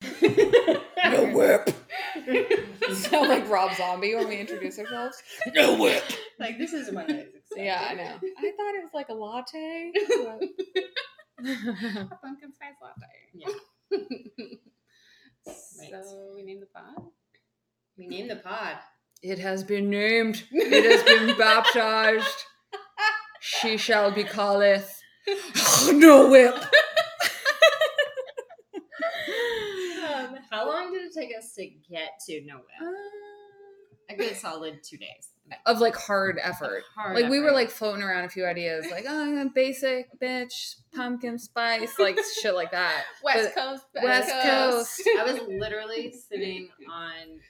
sound like Rob Zombie when we introduce ourselves. No whip. Like this is what I expected. Yeah, I know. I thought it was like a latte. but- A pumpkin spice latte. Yeah. so we named the pod. We named the pod. it has been named. It has been baptized. She shall be calleth. no whip. Um, how long did it take us to get to nowhere? A good solid two days. Of like hard effort. Hard like we were effort. like floating around a few ideas, like oh, basic bitch, pumpkin spice, like shit like that. West But- Coast. Best West Coast. I was literally sitting on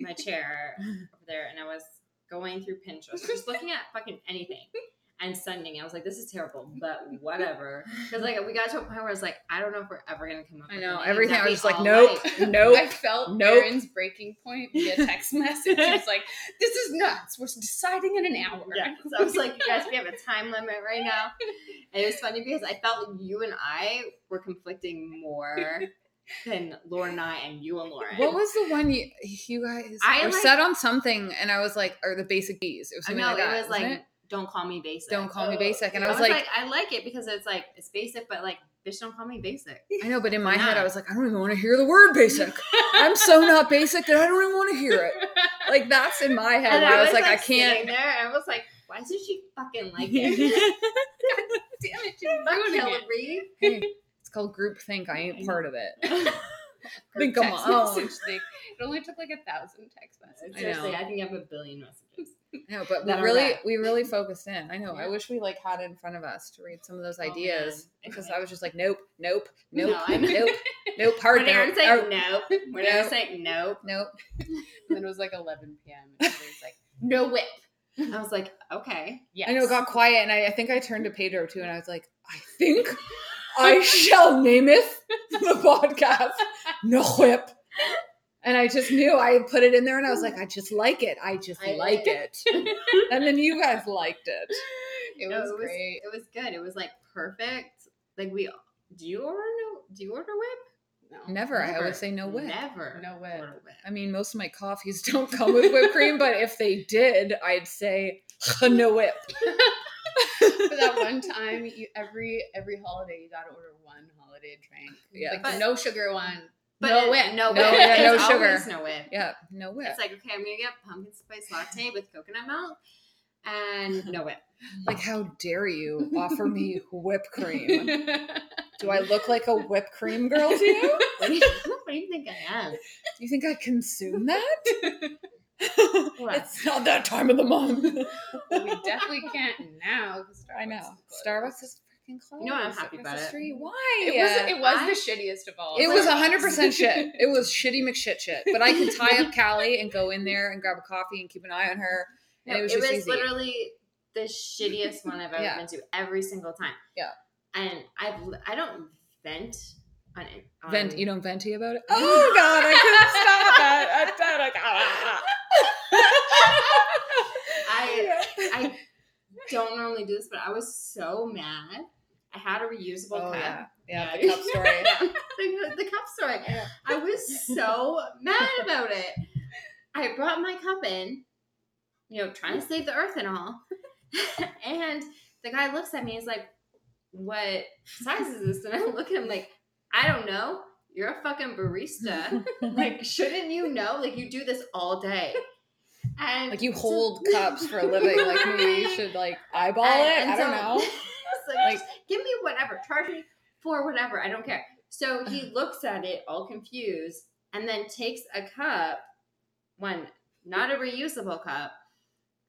my chair over there and I was going through Pinterest, just looking at fucking anything and sending. I was like, this is terrible, but whatever. Because like we got to a point where I was like, I don't know if we're ever gonna come up I with know names everything. that I we was just like, all nope, like. nope. I felt Nope. Aaron's breaking point via text message. She was like, "This is nuts. We're deciding in an hour." Yeah. So I was like, you guys, we have a time limit right now. And it was funny because I felt you and I were conflicting more than Lauren and I and you and Lauren. What was the one you, you guys I, I like- set on something, and I was like, "Are the basic bees?" It was I something know like that. it was like wasn't don't call me basic. "Don't call me basic," and I was, like, like, I like it because it's like it's basic, but like bitch, don't call me basic. "I know," but in my head, Nah. I was like, "I don't even want to hear the word basic. I'm so not basic that I don't even want to hear it." Like that's in my head. And where I was like, "I sitting can't." There, and I was like, why does she fucking like it? Damn it, she's Fuck ruining Hillary. it. Hey, it's called groupthink. I ain't part of it. Think Her I'm text on. message thing. It only took like a thousand text messages. Seriously, I, think I have a billion messages. No, but we That are really that. we really focused in. I know. I Yeah. wish we like had it in front of us to read some of those Oh, ideas man. because I was just like, nope, nope, No, nope, I know. nope, nope, hard when Aaron's nope, like, or- nope. When Aaron's Nope. like, nope. nope. And then it was like 11 p.m. and she was like, "No whip." I was like, okay. Yes. I know it got quiet, and I, I think I turned to Pedro too, and I was like, I think I shall nameth the podcast No Whip. And I just knew I had put it in there, and I was like, I just like it. I just I like like it. and then you guys liked it. It No, was great. It was good. It was like perfect. Like we. Do you order no? Do you order whip? No. Never. I Never. always say no whip. Never. No whip. order whip. I mean, most of my coffees don't come with whipped cream, but if they did, I'd say no whip. But that one time, you, every every holiday, you got to order one holiday drink. Yeah. Like But- the no sugar one. But no whip. No whip. No, yeah, no It's sugar. always No whip. Yeah, no whip. It's like okay, I'm gonna get pumpkin spice latte with coconut milk and no whip. Like, how dare you offer me whipped cream? Do I look like a whipped cream girl to you? What do you, what do you think I am? Do you think I consume that? What? it's not that time of the month. we definitely can't now. 'cause Starbucks I know. is closed. Starbucks is freaking closed. You know what? I'm happy across about the it. street. Why? It was it was the shittiest of all. It was Like, 100% shit. It was shitty McShit shit. But I could tie up Callie and go in there and grab a coffee and keep an eye on her. And No, it was just easy. literally the shittiest one I've ever Yeah. been to every single time. Yeah. And I've li- I don't vent on it. On, Vent, you don't venty about it? Oh, God, I couldn't stop that. I said, like, ah. I I don't normally do this, but I was so mad. I had a reusable cup. Oh, yeah. Yeah, Yeah. the cup story. the, the cup story. I was so mad about it. I brought my cup in, you know, trying to save the earth and all. and the guy looks at me, he's like, What size is this? And I look at him like, I don't know. You're a fucking barista. like, shouldn't you know? Like, you do this all day. And Like, you hold cups for a living. Like, maybe you should, like, eyeball it. and I don't know. so- it's like, Like- just give me whatever, charge me for whatever. I don't care. So he looks at it all confused and then takes a cup, one, not a reusable cup,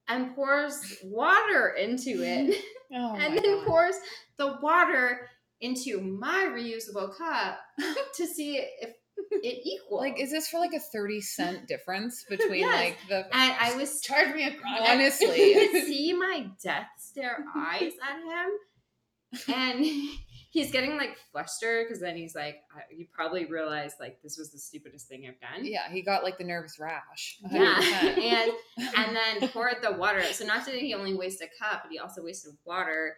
and pours water into it. Oh, and my then God. pours the water into my reusable cup to see if it equals. Like, is this for like a 30 cent difference between Yes. like the. and I was Charge me a chronic. Honestly. you could see my death stare eyes at him and he's getting like flustered because then he's like I, you probably realized like this was the stupidest thing i've done Yeah, he got like the nervous rash. yeah 100%. and and then poured the water so not only did he only waste a cup but he also wasted water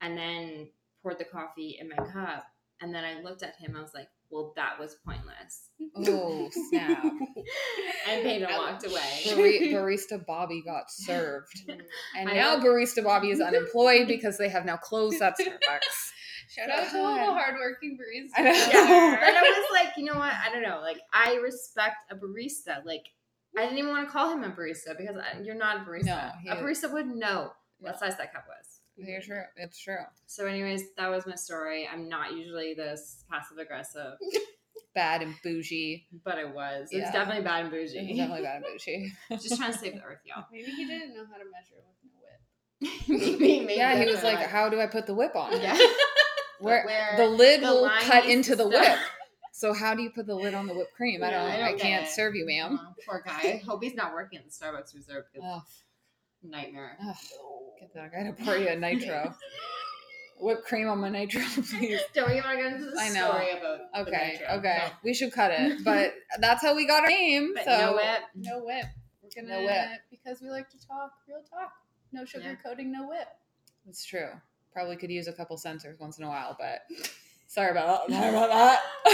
and then poured the coffee in my cup and then i looked at him i was like well that was pointless oh, snap. and Peyton walked away. Bari- barista Bobby got served, and Mm. I now love- barista Bobby is unemployed because they have now closed that Starbucks. Shout out to all the God. hardworking baristas. I know. Yeah. out there. But I was like, you know what? I don't know. Like, I respect a barista. Like, I didn't even want to call him a barista because I, you're not a barista. No, he- a barista would know what No. size that cup was. You're true. It's true. So, anyways, that was my story. I'm not usually this passive aggressive, Bad and bougie. but it was. It's Yeah. definitely bad and It's bougie. Definitely bad and bougie. Just trying to save the earth, y'all. Maybe he didn't know how to measure with no whip. Maybe- maybe Yeah, he that's was like, what- "How do I put the whip on? Yeah. Where Where the lid the will line cut needs to into the stop. whip. So how do you put the lid on the whipped cream? I Yeah, don't. I I, don't get can't it. serve you, ma'am. Oh, poor guy. Hope he's not working at the Starbucks Reserve. It's Ugh, a nightmare. ugh. Get that. I gotta pour you a nitro. whipped cream on my nitro, please. Don't even want to get into the I know. story about the Okay, nitro. okay. No. We should cut it. But that's how we got our name. But so no whip. No whip. We're gonna No whip. because we like to talk real talk. No Yeah. sugar coating, no whip. it's true. Probably could use a couple sensors once in a while, but sorry about that. Sorry about that. Uh,